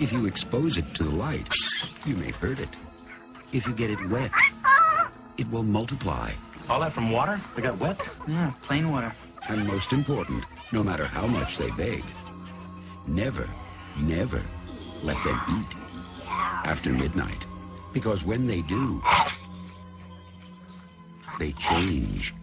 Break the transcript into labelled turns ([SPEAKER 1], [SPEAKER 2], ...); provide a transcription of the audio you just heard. [SPEAKER 1] If you expose it to the light, you may hurt it. If you get it wet, it will multiply.
[SPEAKER 2] All that from water? They got wet?
[SPEAKER 3] Yeah, plain water.
[SPEAKER 1] And most important, no matter how much they beg, never, never let them eat after midnight. Because when they do, they change.